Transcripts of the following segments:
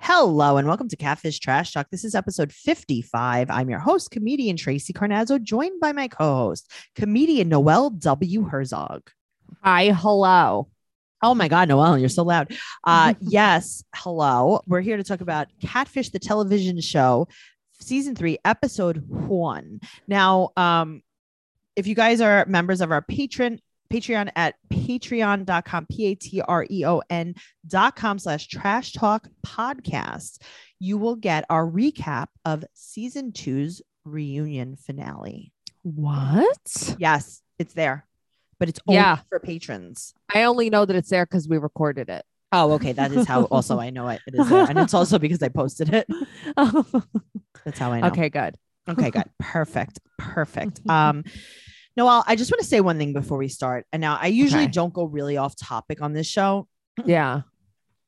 Hello and welcome to Catfish Trash Talk. This is episode 55. I'm your host, comedian Tracy Carnazzo, joined by my co host, comedian Noel W. Herzog. Hi, hello. Oh my God, Noel, you're so loud. Uh, yes, hello. We're here to talk about Catfish, the television show, season three, episode one. Now, um, if you guys are members of our patron Patreon at patreon.com, P A T R E O N dot com slash trash talk podcast, you will get our recap of season two's reunion finale. What? Yes, it's there, but it's only Yeah. for patrons. I only know that it's there because we recorded it. Oh, okay. That is how also I know it, it is there. And it's also because I posted it. That's how I know. okay, good. Okay, good. Perfect. Perfect. Um, Noel, I just want to say one thing before we start. And now I usually Okay. don't go really off topic on this show, Yeah.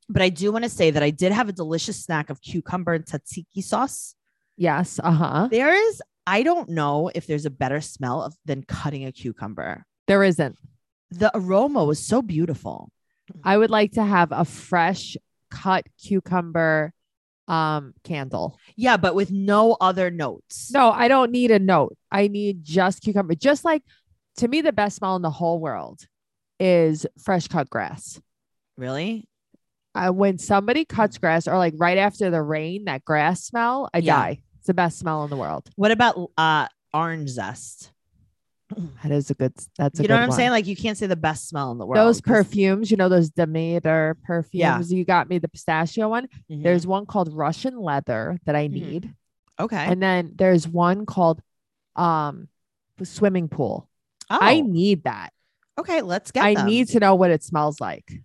but I do want to say that I did have a delicious snack of cucumber and tzatziki sauce. Yes. Uh huh. There is, I don't know if there's a better smell of, than cutting a cucumber. There isn't. The aroma was so beautiful. I would like to have a fresh cut cucumber um candle. Yeah, but with no other notes. No, I don't need a note. I need just cucumber. Just like to me, the best smell in the whole world is fresh cut grass. Really? uh, when somebody cuts grass or like right after the rain, that grass smell, I Yeah. die. It's the best smell in the world. What about uh, orange zest? That is a good. That's a you know good what I'm one. saying? Like, you can't say the best smell in the world. those 'cause- perfumes, you know, those Demeter perfumes. You got me the pistachio one. Mhm. There's one called Russian leather that I Mhm. need, okay. and then there's one called um the swimming pool. oh, I need that. okay. Let's get. I them. need to know what it smells like.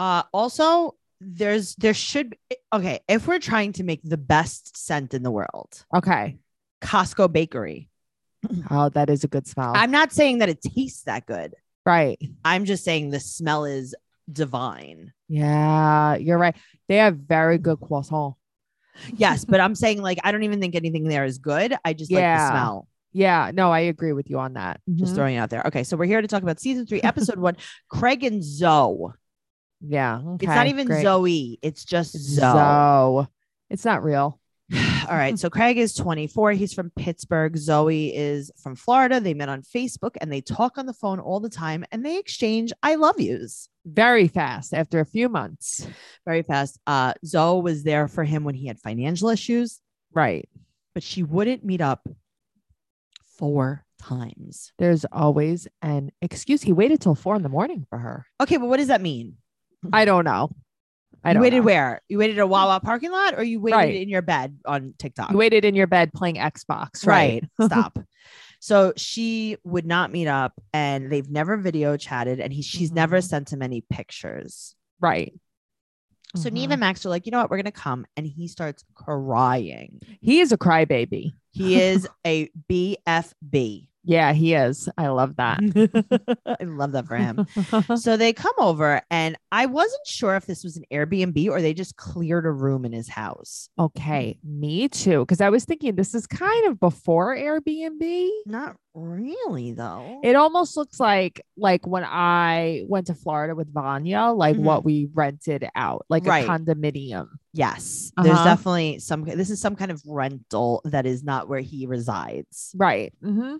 Uh, also, there's there should be okay if we're trying to make the best scent in the world. Okay. Costco bakery. Oh, that is a good smell. I'm not saying that it tastes that good. right. I'm just saying the smell is divine. Yeah, you're right. They have very good croissant. Yes, but I'm saying like I don't even think anything there is good. I just like the Yeah. Mm-hmm. smell. Yeah, no, I agree with you on that. Just throwing it out there. Okay, so we're here to talk about season three, episode one. Craig and Zoe. yeah, okay, It's not even great. Zoe. It's just Zoe. Zoe. It's not real. All right. So Craig is 24. He's from Pittsburgh. Zoe is from Florida. They met on Facebook and they talk on the phone all the time and they exchange I love yous Very fast after a few months. very fast. Uh, Zoe was there for him when he had financial issues, Right. but she wouldn't meet up four times. There's always an excuse. He waited till four in the morning for her. Okay. But what does that mean? I don't know. I Mm-hmm. you don't waited know. Mm. where? You waited at a Wawa parking lot or you waited Right. in your bed on TikTok? You waited in your bed playing Xbox. Right. Stop. So she would not meet up and they've never video chatted and he, she's never Mhm. sent him any pictures. Right. So Neve Mhm. and Max are like, you know what? We're going to come. And he starts crying. he is a crybaby. He is a BFB. Yeah, he is. I love that. I love that for him. so they come over, and I wasn't sure if this was an Airbnb or they just cleared a room in his house. okay, me too. Because I was thinking this is kind of before Airbnb. Not really, though. It almost looks like like when I went to Florida with Vanya, like Mhm. what we rented out, like Right. a condominium. yes, there's Uh-huh. definitely some. This is some kind of rental that is not where he resides. Right. Mm-hmm.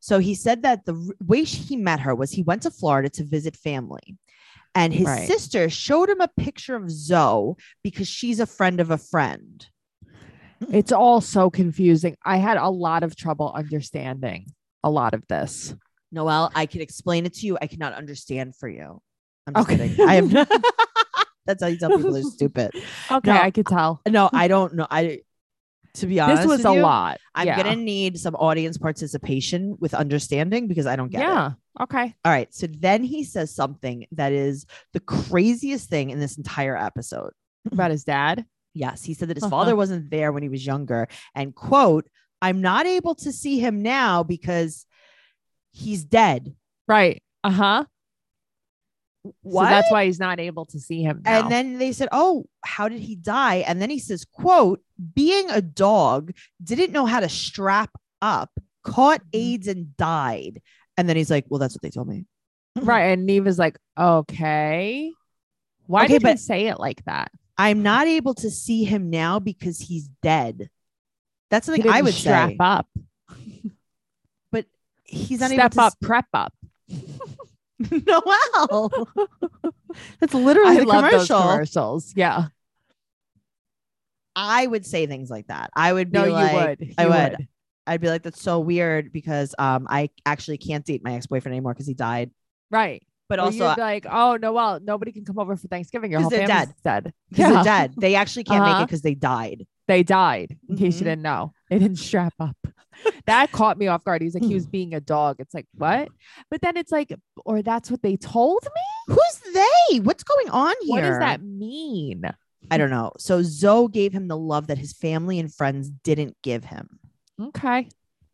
So he said that the r- way sh- he met her was he went to Florida to visit family. And his Right. sister showed him a picture of Zoe because she's a friend of a friend. It's all so confusing. I had a lot of trouble understanding a lot of this. Noelle, I can explain it to you. I cannot understand for you. I'm just Okay. kidding. I am That's how you tell people they're stupid. Okay, No, I could tell. No, I don't know. I to be honest, This was with a you, lot. I'm yeah. gonna need some audience participation with understanding because I don't get it. Yeah. Okay. All right. So then he says something that is the craziest thing in this entire episode. About his dad. Yes, he said that his Uh-huh. father wasn't there when he was younger. And quote, I'm not able to see him now because he's dead. Right. Uh huh. So What? that's why he's not able to see him. Now. and then they said, Oh, how did he die? And then he says, quote, being a dog, didn't know how to strap up, caught Mm-hmm. AIDS and died. And then he's like, Well, that's what they told me. right. And Neva's like, okay. Why Okay, did he but- say it like that? I'm not able to see him now because he's dead. That's He something didn't I would strap say. up. He's not Step able to up, prep up. s- Noel. That's literally I the love commercial. those commercials. Yeah. I would say things like that. I would be No, like, you would. I You would. I'd be like, that's so weird because um, I actually can't date my ex boyfriend anymore because he died. Right. But Or also, you'd be like, oh Noel, nobody can come over for Thanksgiving. Your 'Cause whole they're family's dead. dead. because they're dead. They actually can't make Uh-huh. it because they died. They died. In case Mhm. you didn't know, they didn't strap up. that caught me off guard. He's like, he was being a dog. It's like what? But then it's like, or that's what they told me. Who's they? What's going on here? What does that mean? I don't know. So Zoe gave him the love that his family and friends didn't give him. Okay.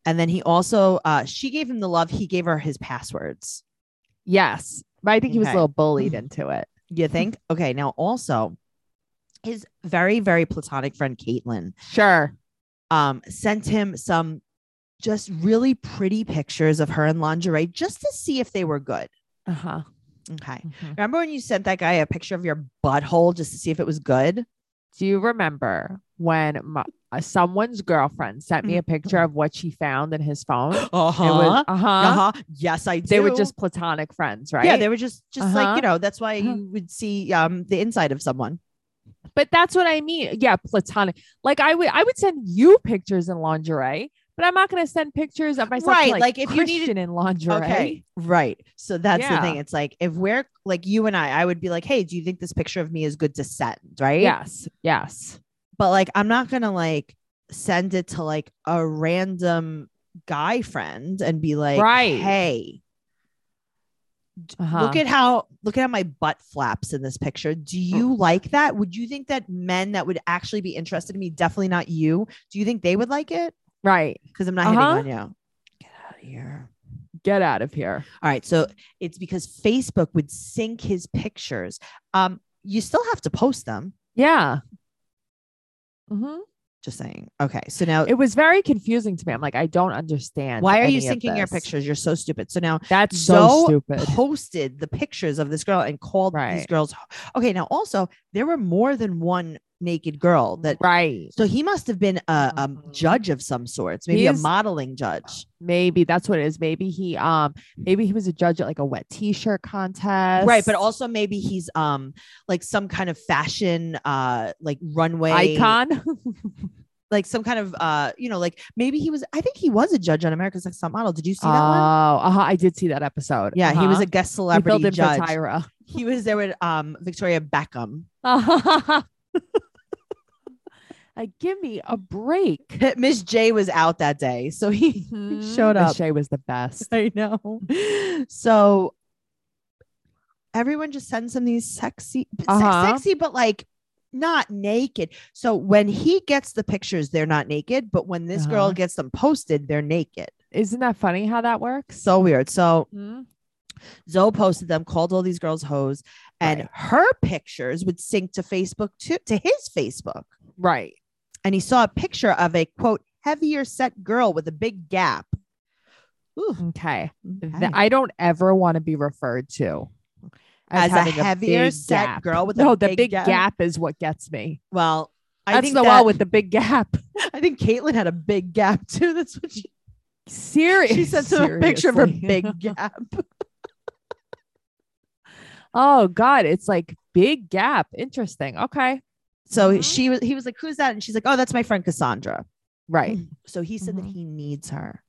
And then he also, uh, she gave him the love. He gave her his passwords. Yes, but I think he was a Okay. little bullied into it. You think? Okay. Now, also, his very, very platonic friend, Caitlin, Sure. um, sent him some just really pretty pictures of her in lingerie just to see if they were good. Uh huh. Okay. Mm-hmm. Remember when you sent that guy a picture of your butthole just to see if it was good? Do you remember when my, uh, someone's girlfriend sent me a picture of what she found in his phone? It Uh was uh huh. Uh huh. Yes, I do. They were just platonic friends, right? Yeah, they were just just like Uh-huh. you know. That's why Uh-huh. you would see um the inside of someone. But that's what I mean. Yeah, platonic. Like I would I would send you pictures in lingerie, but I'm not gonna send pictures of myself. to, Right, like, like, if if you you needed- Christian in lingerie. right. So that's the Yeah. thing. It's like if we're like you and I, I would be like, hey, do you think this picture of me is good to send? Right. Yes. Yes. But like, I'm not gonna like send it to like a random guy friend and be like, Right. hey. d- Uh-huh. Look at how look at how my butt flaps in this picture. Do you Oh. like that? Would you think that men that would actually be interested in me, definitely not you, do you think they would like it? Right. because I'm not Uh-huh. hitting on you. Get out of here. Get out of here. All right. So it's because Facebook would sync his pictures. Um, you still have to post them. Yeah. hmm Just saying. Okay. So now, It was very confusing to me. I'm like, I don't understand. why are you any of syncing your this. pictures? You're so stupid. So now, That's so Zoe stupid. posted the pictures of this girl and called these Right. girls. Okay. Now, also, there were more than one naked girl that. Right. So he must have been a, a Mhm. judge of some sorts, maybe a He's- modeling judge. Maybe that's what it is. Maybe he um maybe he was a judge at like a wet t-shirt contest. Right, but also maybe he's um like some kind of fashion uh like runway icon. like some kind of uh you know like maybe he was i think he was a judge on america's next top model did you see that one Oh, uh-huh, I did see that episode. yeah he was Uh-huh. a guest He filled celebrity in for judge Tyra. he was there with um victoria beckham like, give me a break. miss j was out that day so he showed up. Shay was the best. i know so everyone just sends him these sexy se- Uh-huh. sexy but like not naked so when he gets the pictures they're not naked but when this girl Uh-huh. gets them posted they're naked Isn't that funny how that works? so weird so Hmm? Zoe posted them, called all these girls hoes, and Right. her pictures would sync to Facebook to, to his Facebook. Right. And he saw a picture of a quote heavier set girl with a big gap. Ooh, Okay. Th- okay. I don't ever want to be referred to As a having heavier big set gap. girl with a no, the big big, gap. gap. is what gets me. well, I That's think the that- with the big gap. I think Caitlyn had a big gap too. That's what she, Seriously, she sent him a picture of her big gap. Oh God, it's like big gap. Interesting. Okay. So Mhm. she was he was like, Who's that? And she's like, Oh, that's my friend Cassandra. Right. So he said Mhm. that he needs her.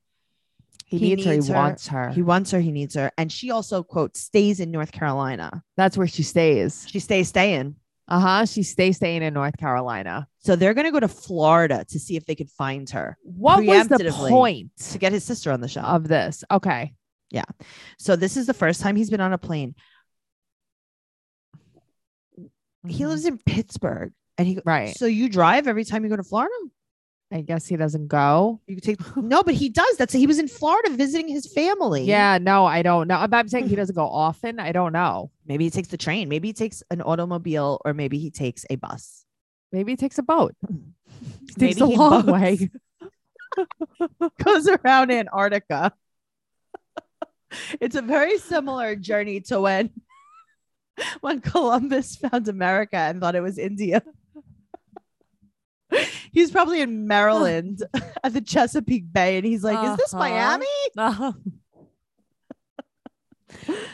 He, Mm. He needs, her. needs He her. wants her. He wants her, he needs her. And she also, quote, stays in North Carolina. That's where she stays. She stays staying. Uh huh. She stays staying in North Carolina. So they're going to go to Florida to see if they could find her What was the Preemptively. point to get his sister on the show. of this? Okay. so this is the first time he's been on a plane. He Mhm. lives in Pittsburgh. And he goes, right. so you drive every time you go to Florida? I guess he doesn't go. You could take no, but he does. That's he was in Florida visiting his family. Yeah. No, I don't know. But I'm saying he doesn't go often. I don't know. Maybe he takes the train. Maybe he takes an automobile or maybe he takes a bus. Maybe he takes a boat. Hmm. Maybe takes a he long boats. way. Goes around Antarctica. it's a very similar journey to when when Columbus found America and thought it was India. he was probably in Maryland at the Chesapeake Bay, and he's like, "Is this Uh-huh. Miami?" Uh-huh.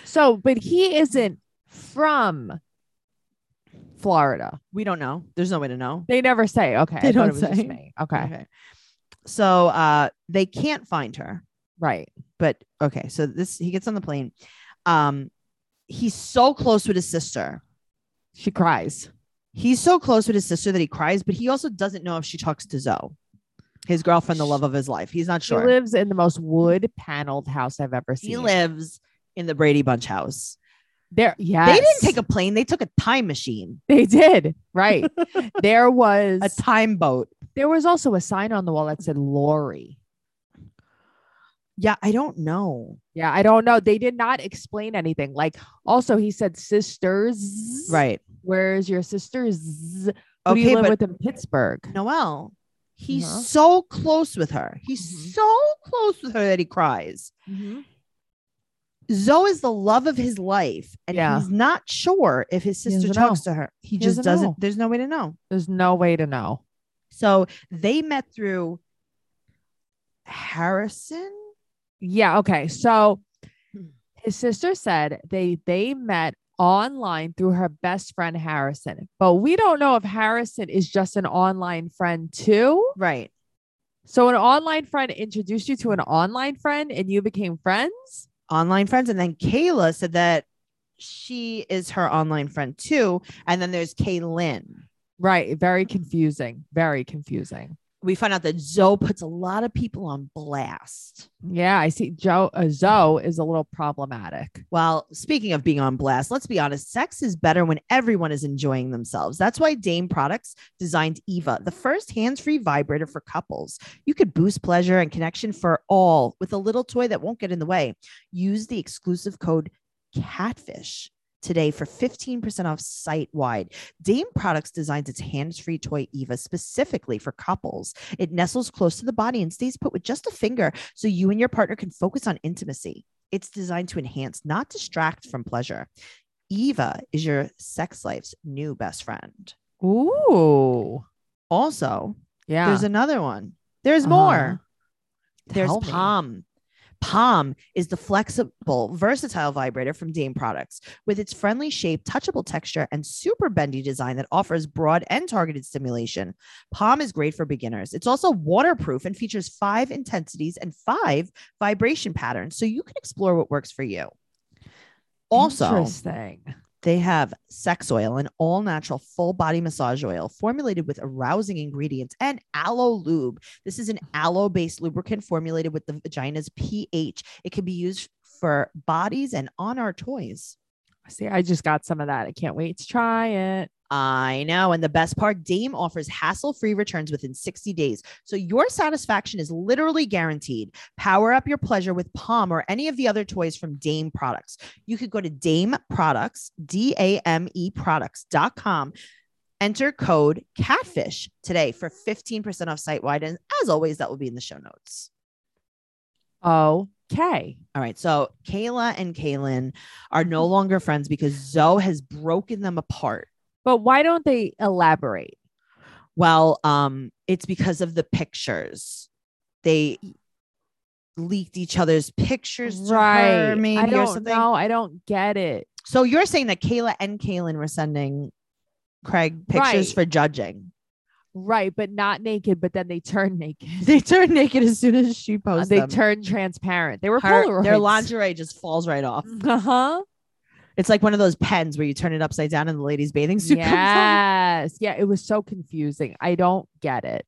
so, but he isn't from Florida. We don't know. There's no way to know. They never say. Okay. They I thought don't it was just say. me. Okay. Okay. So uh, they can't find her. Right. But okay, so this he gets on the plane. Um, he's so close with his sister. She cries. He's so close with his sister that he cries, but he also doesn't know if she talks to Zoe, his girlfriend, the love of his life. He's not She sure. lives in the most wood paneled house I've ever seen. He lives in the Brady Bunch house. there. Yes. They didn't take a plane; they took a time machine, They did. Right. there was a time boat. there was also a sign on the wall that said Lori. Yeah, I don't know. Yeah, I don't know. They did not explain anything. Like also he said sisters. Right? Where's your sisters? Who do Okay, you live but with in Pittsburgh? Noel, he's Uh-huh. so close with her. He's Mhm. so close with her that he cries. Mm-hmm. Zoe is the love of his life, and Yeah. he's not sure if his He sister doesn't talks to her. He, just doesn't doesn't. know. There's no way to know. There's no way to know. So they met through Harrison. Yeah. Okay. So Hmm. his sister said they they met online through her best friend Harrison, but we don't know if Harrison is just an online friend too. Right. So an online friend introduced you to an online friend, and you became friends. Online friends. And then Kayla said that she is her online friend too. And then there's Kaylin. Right. Very confusing. Very confusing. We find out that Zoe puts a lot of people on blast. Yeah, I see. Joe uh, Zoe is a little problematic. Well, speaking of being on blast, let's be honest, sex is better when everyone is enjoying themselves. That's why Dame Products designed Eva, the first hands free vibrator for couples. You could boost pleasure and connection for all with a little toy that won't get in the way. Use the exclusive code CATFISH today for 15% off site wide. Dame Products designs its hands free toy Eva specifically for couples. It nestles close to the body and stays put with just a finger so you and your partner can focus on intimacy. It's designed to enhance, not distract from pleasure. Eva is your sex life's new best friend. Ooh. Also, Yeah. there's another one. There's Uh-huh. more. There's Tell me. Palm. Palm is the flexible, versatile vibrator from Dame Products with its friendly shape, touchable texture, and super bendy design that offers broad and targeted stimulation. Palm is great for beginners. It's also waterproof and features five intensities and five vibration patterns, so you can explore what works for you. Also, Interesting. they have sex oil, an all natural full body massage oil formulated with arousing ingredients and aloe lube. This is an aloe based lubricant formulated with the vagina's pH. It can be used for bodies and on our toys. See, I just got some of that. I can't wait to try it. I know. And the best part Dame offers hassle free returns within 60 days. So your satisfaction is literally guaranteed. Power up your pleasure with Palm or any of the other toys from Dame Products. You could go to Dame Products, D A M E products.com. Enter code catfish today for 15% off site wide. And as always, that will be in the show notes. Okay. All right. So Kayla and Kaylin are no longer friends because Zoe has broken them apart. But why don't they elaborate? Well, um, it's because of the pictures. They leaked each other's pictures to her, maybe I or don't something. know. I don't get it. So you're saying that Kayla and Kaylin were sending Craig pictures Right. for judging. Right, but not naked, but then they turn naked. They turned naked as soon as she Uh, posted. they turn transparent. They were Polaroids. their lingerie just falls right off. Uh-huh. It's like one of those pens where you turn it upside down and the lady's bathing suit comes out. Yes. Yeah, it was so confusing. I don't get it.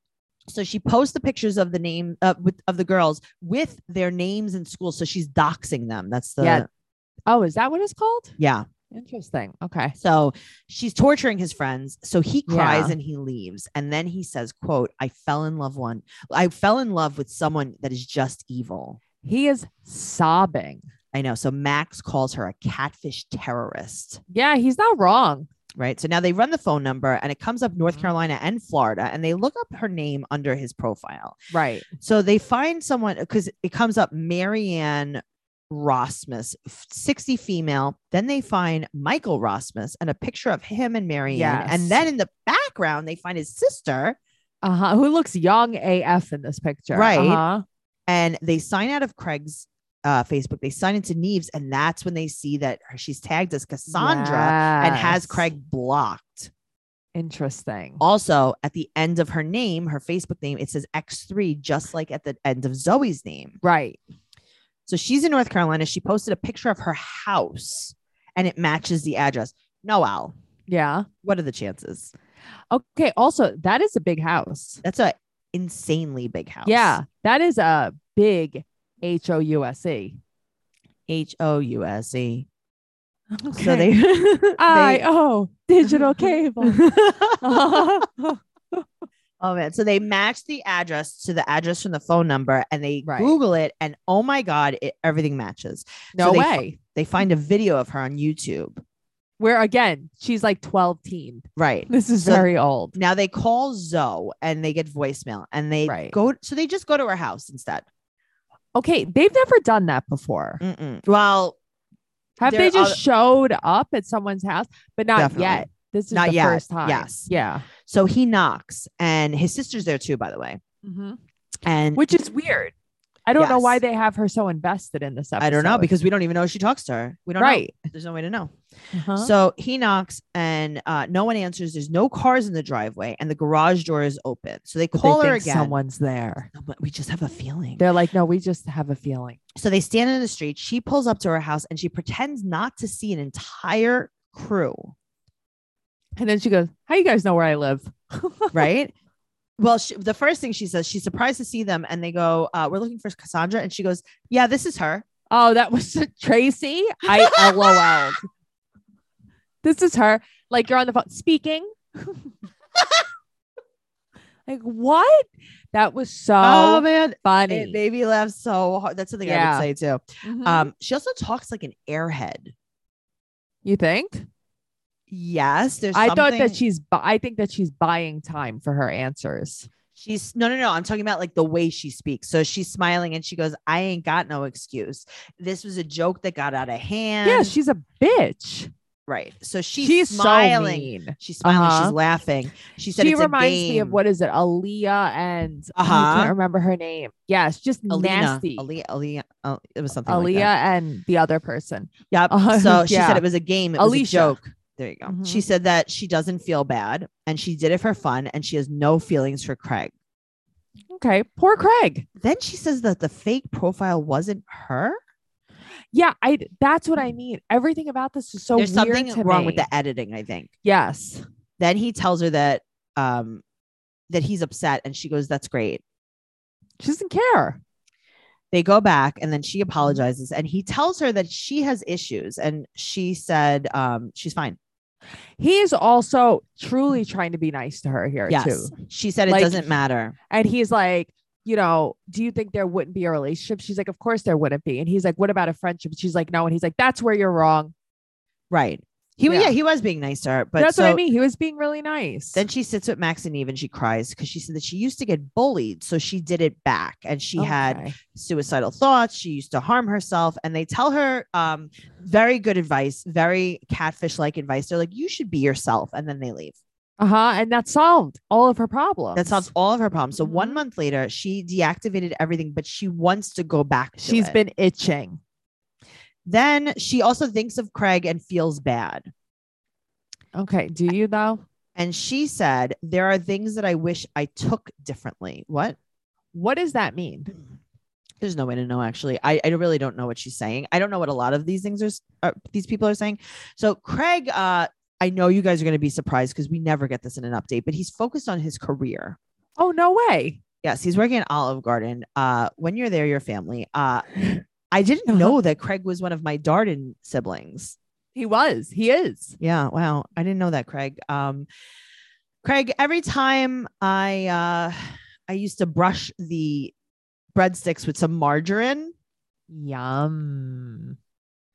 So she posts the pictures of the name uh, with, of the girls with their names and schools. So she's doxing them. That's the Yeah. Oh, is that what it's called? yeah. Interesting. Okay. So she's torturing his friends. So he cries Yeah. and he leaves. And then he says, quote, I fell in love one. I fell in love with someone that is just evil. He is sobbing. I know. So Max calls her a catfish terrorist. Yeah, he's not wrong. Right. So now they run the phone number and it comes up North Mhm. Carolina and Florida and they look up her name under his profile. Right. So they find someone because it comes up Marianne Rosmus, f- 60 female. Then they find Michael Rosmus and a picture of him and Marianne. Yes. And then in the background, they find his sister Uh huh. Who looks young AF in this picture? Right. Uh-huh. and they sign out of Craig's uh, Facebook. They sign into Neve's, and that's when they see that she's tagged as Cassandra and has Yes. Craig blocked. Interesting. Also, at the end of her name, her Facebook name, it says X3, just like at the end of Zoe's name. Right. So she's in North Carolina. She posted a picture of her house and it matches the address. Noel, Yeah. what are the chances? Okay. Also, that is a big house. That's a insanely big house. Yeah. That is a big H O U S E. H O U S E. Okay. So they, I they O digital cable. Oh man. So they match the address to the address from the phone number and they Right. Google it and oh my God, it, everything matches. no they- way. They find a video of her on YouTube. Where again, she's like 12 teen. Right. This is So- very old. Now they call Zoe and they get voicemail and they Right. go. So they just go to her house instead. Okay. They've never done that before. Mm-mm. Well, Have Mm, There they are just oth- showed up at someone's house, but not Definitely. yet? This is Not the yet. first time. Yes. Yeah. so he knocks and his sister's there too, by the way. And Which is weird. I don't know why Mm-hmm. Yes. they have her so invested in this episode. I don't know because we don't even know if she talks to her. We don't right. know. There's no way to know. Uh-huh. So he knocks and uh, no one answers. There's no cars in the driveway and the garage door is open. So they But they call her think again. Someone's there. No, but we just have a feeling. They're like, no, we just have a feeling. So they stand in the street. She pulls up to her house and she pretends not to see an entire crew. And then she goes, "How you guys know where I live?" right? Well, she, the first thing she says, she's surprised to see them, and they go, uh, "We're looking for Cassandra," and she goes, "Yeah, this is her." Oh, that was Tracy. I lol'd. This is her. Like you're on the phone speaking. like what? That was so Oh, man, funny. it made me laugh so hard. That's something Yeah. I would say too. Mhm. Um, she also talks like an airhead. you think? Yes, there's. I thought that something- she's. Bu- I think that she's buying time for her answers. she's no, no, no. I'm talking about like the way she speaks. So she's smiling and she goes, "I ain't got no excuse. This was a joke that got out of hand." yeah, she's a bitch. right. So she's, She's smiling. so mean. She's smiling. Uh-huh. She's laughing. She said, she "It's a reminds me of game." what is it, Aaliyah and I Uh-huh. can't remember her name. Yes, just Alina, nasty. Aaliyah, Aaliyah, Aaliyah, Al- oh, it was something. Like that. and the other person. Yep. Uh, so she yeah. said it was a game. It Alicia. was a joke. There you go. Mhm. She said that she doesn't feel bad and she did it for fun and she has no feelings for Craig. Okay, poor Craig. Then she says that the fake profile wasn't her. Yeah, I. That's what I mean. Everything about this is so There's weird something to wrong me. with the editing, I think. Yes. Then he tells her that um that he's upset and she goes, That's great. She doesn't care. They go back and then she Mm-hmm. apologizes and he tells her that she has issues and she said um she's fine. He is also truly trying to be nice to her here Yes. too. She said it Like- doesn't matter. And he's like, you know, do you think there wouldn't be a relationship? She's like, of course there wouldn't be. And he's like, what about a friendship? She's like, no. And he's like, that's where you're wrong. Right. He yeah. Yeah. he was being nice to her, but that's so, what I mean. He was being really nice. Then she sits with Max and Eve and she cries because she said that she used to get bullied. So she did it back and she Oh, had Okay. suicidal thoughts. She used to harm herself. And they tell her um, very good advice, very catfish like advice. They're like, you should be yourself. And then they leave. Uh-huh. And that solved all of her problems. That solves all of her problems. So Mhm. one month later, she deactivated everything, but she wants to go back. To She's it. been itching. Then she also thinks of Craig and feels bad. Okay. Do you though? And she said, There are things that I wish I took differently. What? What does that mean? There's no way to know. Actually, I, I really don't know what she's saying. I don't know what a lot of these things are, s- are these people are saying. So Craig, uh, I know you guys are going to be surprised because we never get this in an update, but he's focused on his career. Oh, no way. Yes, he's working at Olive Garden. Uh, when you're there, your family. Uh, I didn't know that Craig was one of my Darden siblings. He was. He is. Yeah, wow, I didn't know that, Craig. Um, Craig, every time I uh, I used to brush the breadsticks with some margarine. Yum.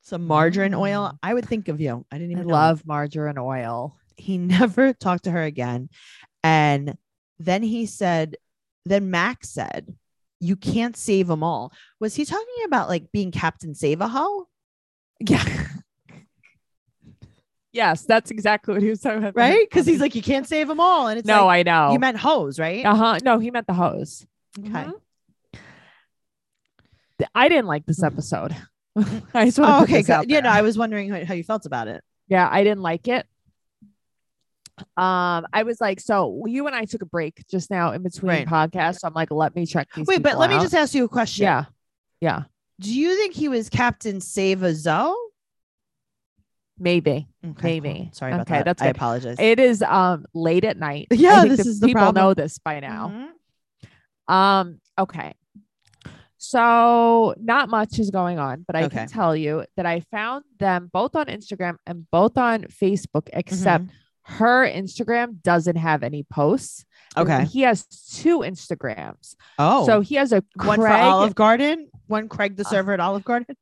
some margarine oil, Mm. I would think of you. I didn't I even know. love margarine oil. He never talked to her again. And then he said, then Max said, you can't save them all. Was he talking about like being Captain Save a Ho? Yeah. yes, that's exactly what he was talking about. Right? Because he's like, you can't save them all. And it's no, like, I know. you meant hose, right? uh huh. No, he meant the hose. Okay. Mhm. Th- I didn't like this episode. I just want to Oh, put okay. this out Good. You know, there. I was wondering how, how you felt about it. yeah, I didn't like it. Um, I was like, so you and I took a break just now in between Right. podcasts. So I'm like, let me check these. Wait, but people let me out. just ask you a question. yeah, yeah, Do you think he was Captain Save a Zoe? maybe. Okay, cool. Maybe. Sorry about Okay, that. that's I good. apologize. It is um late at night. I Yeah, think this is the people problem. know this by now. Mhm. Um, okay. So not much is going on, but I Okay. can tell you that I found them both on Instagram and both on Facebook, except Mm-hmm. her Instagram doesn't have any posts. and Okay. He has two Instagrams. Oh. So he has a one for Craig- Olive Garden, one Craig the Uh, server at Olive Garden.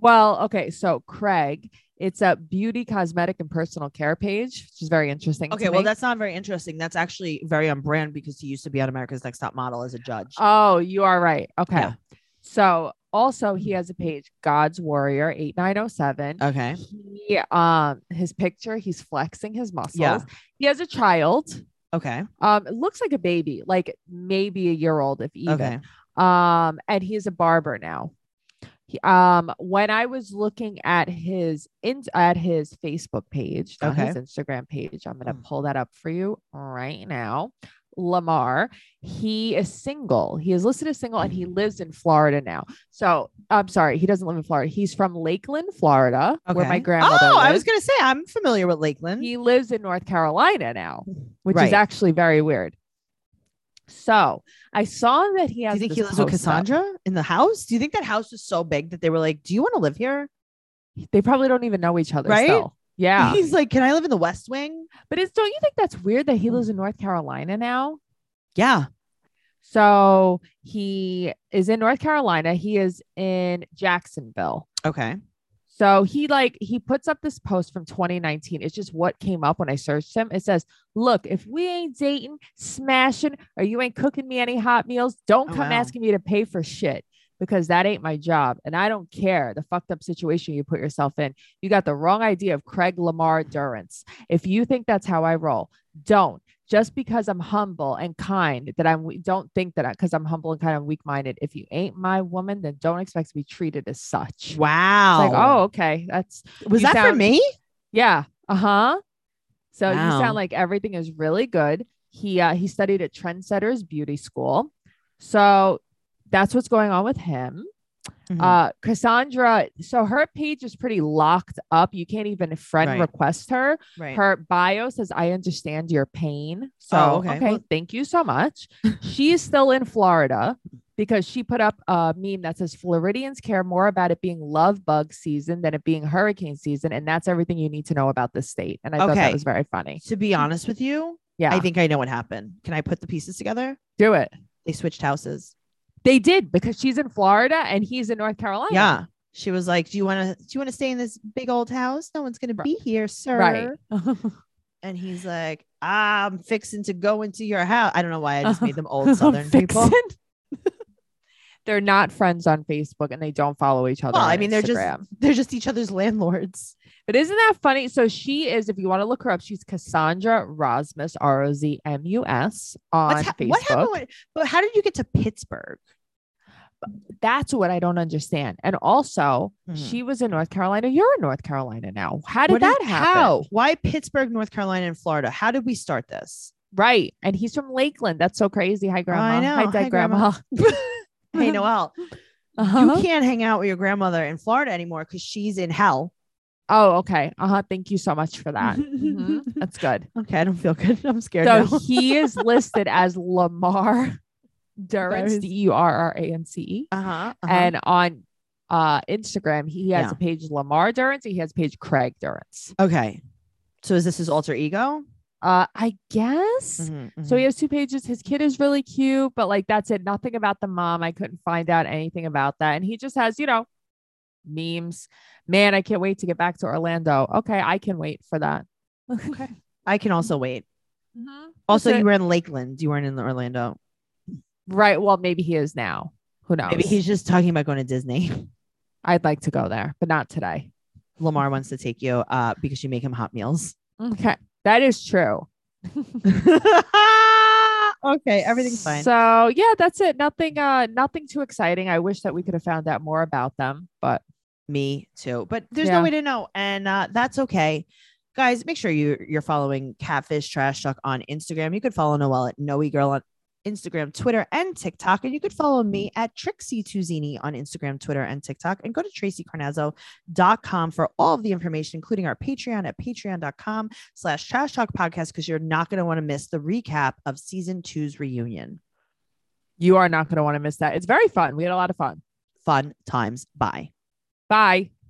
Well, okay, so Craig, it's a beauty, cosmetic, and personal care page, which is very interesting. to Okay, well me. that's not very interesting. That's actually very on brand because he used to be on America's Next Top Model as a judge. Oh, you are right. Okay. Yeah. So also he has a page, God's Warrior 8907. okay. He um his picture, he's flexing his muscles. Yeah. He has a child. Okay. Um, it looks like a baby, like maybe a year old, if even. Okay. Um, and he's a barber now. He, um, when I was looking at his in at his Facebook page, not his Instagram page, I'm gonna Mm. pull that up for you right now. Lamar, he is single. He is listed as single, and he lives in Florida now. So I'm sorry, he doesn't live in Florida. He's from Lakeland, Florida, where my Okay. grandmother. Oh, I lived. was gonna say I'm familiar with Lakeland. He lives in North Carolina now, which Right. is actually very weird. So I saw that he Do has. you think this he lives with post up. Cassandra in the house? Do you think that house is so big that they were like, "Do you want to live here?" They probably don't even know each other. Right? Still. Yeah, He's like, "Can I live in the West Wing?" but it's don't you think that's weird that he lives in North Carolina now? Yeah. So he is in North Carolina. He is in Jacksonville. Okay. So he like he puts up this post from 2019. It's just what came up when I searched him. It says, "Look, if we ain't dating, smashing, or you ain't cooking me any hot meals, don't Oh, come wow. asking me to pay for shit because that ain't my job, and I don't care the fucked up situation you put yourself in. You got the wrong idea of Craig Lamar Durance. If you think that's how I roll, don't." Just because I'm humble and kind, that I'm we- don't think that because I'm humble and kind, I'm weak minded. If you ain't my woman, then don't expect to be treated as such. It's Wow. like, oh, okay. That's was you that for sound- me? yeah. Uh-huh. So you Wow. sound like everything is really good. He uh he studied at Trendsetters Beauty School. So that's what's going on with him. Mhm. Uh Cassandra, so her page is pretty locked up. You can't even friend Right. request her. right. Her bio says, I understand your pain. So, Oh, okay. okay. Well- thank you so much. she is still in Florida because she put up a meme that says Floridians care more about it being love bug season than it being hurricane season. And that's everything you need to know about this state. And I thought Okay. that was very funny. to be honest with you, Yeah. I think I know what happened. Can I put the pieces together? do it. They switched houses. They did because she's in Florida and he's in North Carolina. Yeah. She was like, "Do you want to? Do you want to stay in this big old house? No one's gonna Right. be here, sir." Right. And he's like, "I'm fixing to go into your house." I don't know why I just made them old I'm Southern people. fixin'. They're not friends on Facebook and they don't follow each other. Well, on I mean, they're Instagram. just they're just each other's landlords. But isn't that funny? So she is, if you want to look her up, she's Cassandra Rosmus, R O Z M U S, on What's ha- Facebook. what happened? With, but how did you get to Pittsburgh? That's what I don't understand. And also, Mhm. she was in North Carolina. You're in North Carolina now. How did What that is- happen? How? Why Pittsburgh, North Carolina, and Florida? How did we start this? Right. And he's from Lakeland. That's so crazy. Hi, grandma. know. Hi, dead Hi, Grandma. grandma. Hey, Noel, Uh-huh. you can't hang out with your grandmother in Florida anymore because she's in hell. Oh, okay. Uh huh. Thank you so much for that. Mhm. That's good. Okay, I don't feel good. I'm scared So now. he is listed as Lamar Durance, is- D U R R A N C E. Uh huh. and on uh Instagram, he has Yeah. a page Lamar Durance, he has a page Craig Durance. okay, so is this his alter ego? Uh, I guess. So So he has two pages. His kid is really cute, but like that's it. Nothing about the mom. I couldn't find out anything about that. And he just has, you know, memes. Man, I can't wait to get back to Orlando. Okay, I can wait for that. Okay. I can also wait. Mhm. Also, That's you it. were in Lakeland. You weren't in Orlando. right. Well, maybe he is now. Who knows? Maybe he's just talking about going to Disney. I'd like to go there, but not today. Lamar wants to take you uh, because you make him hot meals. Okay. That is true. okay, everything's fine. So yeah, that's it. Nothing uh nothing too exciting. I wish that we could have found out more about them, but Me too, but there's Yeah. no way to know, and uh, that's okay. Guys, make sure you you're following Catfish Trash Talk on Instagram. You could follow Noelle at Noe Girl on Instagram, Twitter, and TikTok, and you could follow me at Trixie Tuzini on Instagram, Twitter, and TikTok, and go to TracyCarnazzo.com for all of the information, including our Patreon at patreon.com slash trash talk podcast, because you're not going to want to miss the recap of season two's reunion. you are not going to want to miss that. It's very fun. We had a lot of fun. Fun times. Bye. Bye.